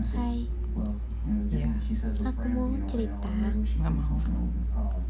Hai, Iya. aku mau cerita. Nggak mau.